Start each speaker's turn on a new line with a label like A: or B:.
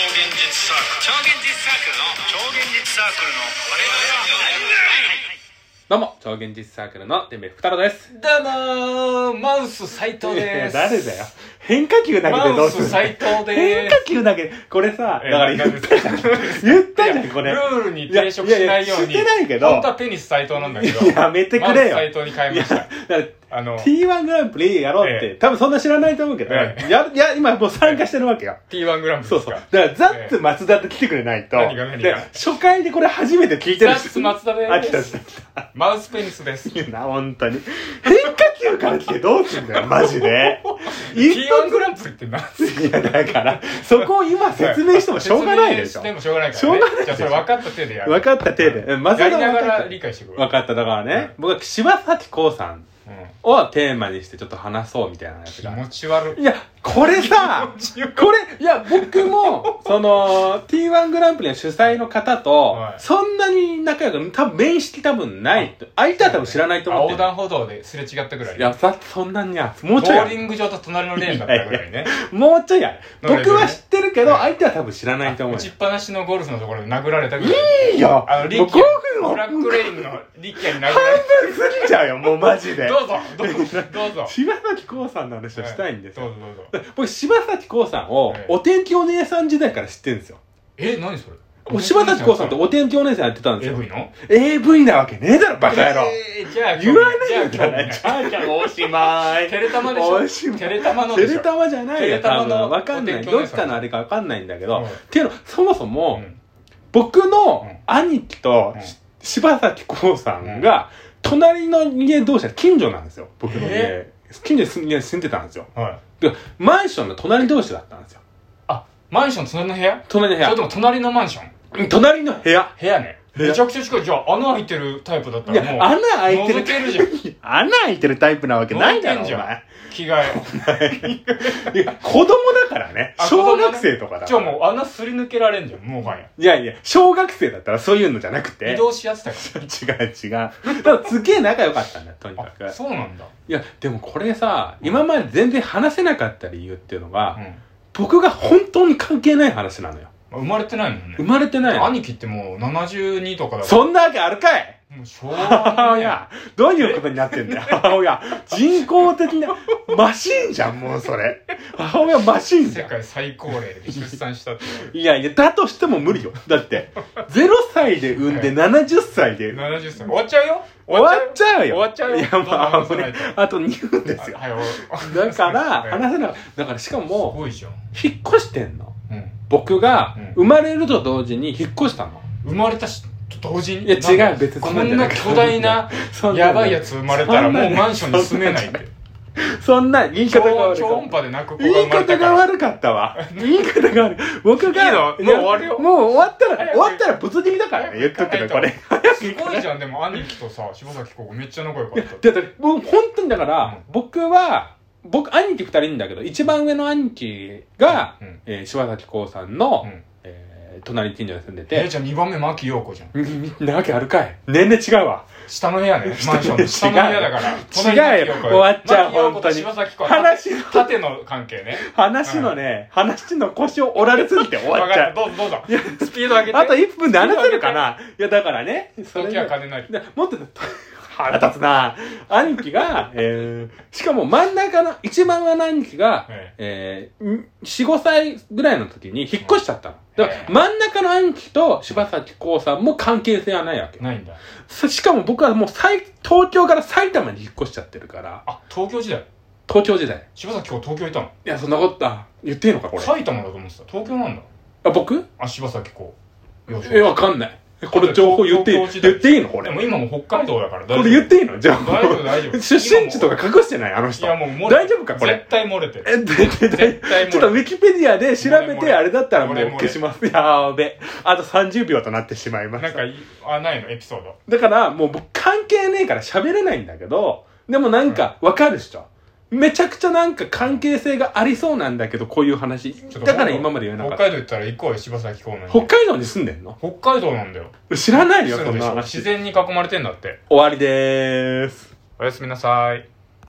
A: サークル超現実サークルの超現実サークルの我々は
B: どうも、超現実サークルの天命ふたろです。
C: どうもーマウス斎藤です。
B: 誰だよ。変化球投げてどうする
C: マウス斎藤で
B: 変
C: ー
B: 化球投げ、これさ、
C: え
B: だから言ったじゃん。言ったじゃん、これ。
C: ルールに抵触しないように。
B: ややしてないけど
C: 本当はペニス斎藤なんだけど。
B: やめてくれよ
C: マウス斎藤に変えまし
B: いや
C: た。
B: だから
C: あの、
B: T1 グランプリやろうって、
C: ええ
B: 多分そんな知らないと思うけど、
C: ええ
B: や、いや、今もう参加してるわけよ。
C: T1 グランプ
B: そ
C: リ
B: う
C: です
B: そう。
C: か
B: だ。から、ザッツ松田って来てくれないと。
C: ええ何が何が
B: で初回でこれ初めて聞いて
C: ザ
B: る
C: ッツ松田でーす
B: あ、来た来た来た。
C: マウスペニスです。
B: いいな、本当に。変化球から来てどうすんだよ、マ ジで。一
C: T1 グランプリって何
B: いや、だから、そこを今説明してもしょうがないでしょ。
C: 説明てもしょうがないから、ね。
B: しょうがないでしょ
C: じゃあそれ分かった手でやる。
B: 分かった手で。松
C: や
B: 田
C: り
B: が
C: なが
B: 分かっ
C: ら
B: た。
C: 理解してくれ。
B: 分かった。だからね、僕は柴咲コウさん
C: うん
B: をテーマにしてちょっと話そうみたいなやつ
C: 気
B: が。
C: 持ち悪い。
B: いや、これさ、
C: 気持ち悪い
B: これ、いや、僕も、その、T1 グランプリの主催の方と
C: は、い
B: そんなに仲良く、多分面識多分ないと。相手は多分知らないと思って
C: 横
B: る。
C: 断歩道ですれ違ったぐらい。
B: いや、さ、そんなにや、も
C: ボ
B: うちょいや
C: ーリング場と隣のレーンだったぐらいね。
B: もうちょいや。
C: どれぐらい
B: 僕は知ってるけど、相手は多分知らないと思
C: 打
B: うよ。
C: ちっぱなしのゴルフのところで殴られたぐらい。
B: いいよ
C: あの、リ
B: も
C: ッ
B: う
C: キ
B: 興
C: ー
B: 奮を
C: ブラックレインのリッキーに殴られ
B: 半分過ぎちゃうよ、もうマジで
C: た。。どうぞ、どうぞ、どうぞ。
B: 柴咲コウさんの話を したいんです
C: どう
B: よ。
C: ぞどうぞ。
B: 僕、柴咲コウさんを
C: はい、
B: お天気お姉さん時代から知ってるんですよ。
C: え、何それ
B: お柴咲コウさんってお天気お姉さんやってたんですよ。
C: AV の
B: AV なわけねえだろ、バカ野郎。
C: えーじゃあ、
B: 言わない
C: じ
B: じ
C: ゃあ
B: ゃ
C: 今
B: な
C: 日
B: い。
C: ね
B: じゃあじゃあ、おしまい。
C: テレタマでしょ
B: おしまい
C: テレタマの
B: テ
C: でし
B: レ
C: ょ
B: タマじゃないよ、
C: テレタ
B: 多
C: マの
B: 分。わかんな
C: お
B: い。
C: 天気お
B: ど
C: 姉
B: っ
C: さ
B: ち
C: ん
B: かのあれかわかんないんだけ
C: う
B: ど
C: ん、
B: っていうの、そもそうも、
C: ん
B: 僕の
C: うん
B: 兄貴と
C: うん
B: し柴咲コウさんが、隣の家同士が近所なんですよ、僕の家
C: え。
B: 近所に住ん家に住んでたんですよ。
C: はい。
B: でマンションの隣同士だったんですよ。
C: あ、マンション隣の部屋
B: 隣の部
C: それ
B: 屋
C: とも隣のマンション。
B: 隣の部屋。
C: 部屋ね。
B: 部屋
C: めちゃくちゃ近い。じゃあ、穴開いてるタイプだった
B: い
C: ら
B: や
C: もう。、
B: 穴開いてる。
C: 覗けるじゃん。
B: 穴開いてるタイプなわけないだろ、
C: 覗けん
B: お
C: じゃん
B: 前。
C: 着替え。
B: いや、子供だからね。
C: あ
B: 小学生とかだ
C: じゃ
B: か
C: あ
B: ら。
C: もう穴すり抜けられんじゃん、もはや。
B: いやいや、小学生だったらそういうのじゃなくて。
C: 移
B: 違う
C: 動しやすさが。
B: 違う。だからすげえ仲良かったんだよ、とにかく。
C: あそうなんだ。
B: いや、でもこれさ、今まで全然話せなかった理由っていうのが、
C: うん。
B: 僕が本当に関係ない話なのよ。
C: 生まれてないもんね
B: 生。まれてないの。
C: 兄貴ってもう72とかだから。
B: そんなわけあるかい
C: もう昭
B: 母
C: 和のね
B: 親、どう いうことになってんだよ、母親。人工的な、マシンじゃん、もうそれ。母親マシンじ
C: 世
B: ゃん。
C: 界最高齢で出産したっていう
B: いやいや、だとしても無理よ。だって、0歳で産んで70歳で
C: 70歳終わっちゃうよ
B: 終わっちゃうよ
C: 終わっちゃうよ
B: いやま
C: ど
B: あ
C: んどん話さない
B: ね
C: と
B: あと2分ですよ
C: あはいお
B: だから
C: はい
B: 話せないだからしか
C: す
B: も
C: ごいじゃん、
B: 引っ越してんの
C: うん、
B: 僕が
C: うん
B: 生まれると同時に引っ越したの
C: 生まれたしと同時に
B: いや違う別に
C: こ
B: そんなんじゃ
C: ん
B: ない
C: な巨大な
B: そんなん
C: やばいやつ生まれたらもうマンションに住めないって
B: そんな言い
C: 超
B: 方が悪い
C: 超音波で泣く子が
B: 言
C: 生
B: い
C: まれ
B: 方
C: たか
B: が
C: ら
B: 悪かったわ。言い方が悪い。僕が。
C: いいのもう終わるよ
B: いやもう終わったら、
C: 早く
B: 終わったら物切りだからね。言っとくけど、これ。
C: すごいじゃんでも兄貴とさ柴咲コウめっちゃ仲良かったって
B: だってもう本当にだから、僕は僕兄貴二人いるんだけど一番上の兄貴が、
C: うん
B: えー柴咲コウさんの、
C: うん
B: えー隣近所に住んで
C: え
B: て、
C: じゃあ2番目牧陽子じゃん
B: ん なわけあるかい年齢違うわ
C: 下の部屋ねマンションの下の部屋だから
B: 違うよ終わっちゃう
C: 本
B: 本
C: 当
B: 当
C: に
B: に
C: 柴咲コウ
B: 話の
C: 縦の関係ね
B: 話のね、話の腰を折られすぎて終わ
C: 分
B: っち
C: か
B: ゃ
C: った
B: う
C: どうぞ どうぞ
B: いや
C: スピード上げて
B: あと1分で話せるかないやだからねそれ
C: 時
B: で
C: は金なり
B: でもっと腹立つな兄貴が、えー、しかも真ん中の一番上の兄貴が、
C: え
B: えー、45歳ぐらいの時に引っ越しちゃったの。だか
C: え
B: ら
C: え
B: 真ん中の兄貴と柴咲コウさんも関係性はないわけ。
C: ないんだ
B: そしかも僕はもう埼東京から埼玉に引っ越しちゃってるから、
C: あ東京時代
B: 東京時代。
C: 柴咲コウ東京いたの
B: いや、そんなこと、あ、言っていいのか、これ。
C: 埼玉だと思ってた東京なんだ
B: あ、僕
C: あ柴咲コウよし
B: え、わかんない。これ情報言っていい
C: 東京時代
B: 言っていいのこれ。
C: で
B: こ
C: も今も北海道だから大
B: れ言っていいのじゃ
C: 大丈夫
B: あ。
C: 大丈夫
B: 出身地と
C: か
B: か隠してないあの
C: い
B: 人。
C: やもう漏れ
B: 大丈夫かこれ
C: 絶対漏れてる
B: え、で、で、
C: 絶対漏れてる
B: ちょっとウィキペディアで調
C: 漏れ
B: べ
C: 漏れ
B: て、あれだったらもう
C: 漏れ漏れ
B: 消します。やーべ。あと30秒となってしまいま
C: なん
B: した
C: か。いあないのエピソード
B: だから、もう僕関係ねえから喋れないんだけど、でもなんかわかるっしょ。めちゃくちゃなんか関係性がありそうなんだけど、こういう話。
C: ちょっと
B: だから今まで言えなかっ
C: 北
B: た。
C: 海道行ったら行こうよ柴咲コウの
B: 北
C: 家
B: 海道に住んでんの
C: 北海道なんだよ
B: 知らないよ、
C: そう
B: そん
C: でし
B: な
C: ょ
B: 話。
C: 自然
B: 終
C: に囲まれてんだって
B: わりでーす。
C: おやすみなさい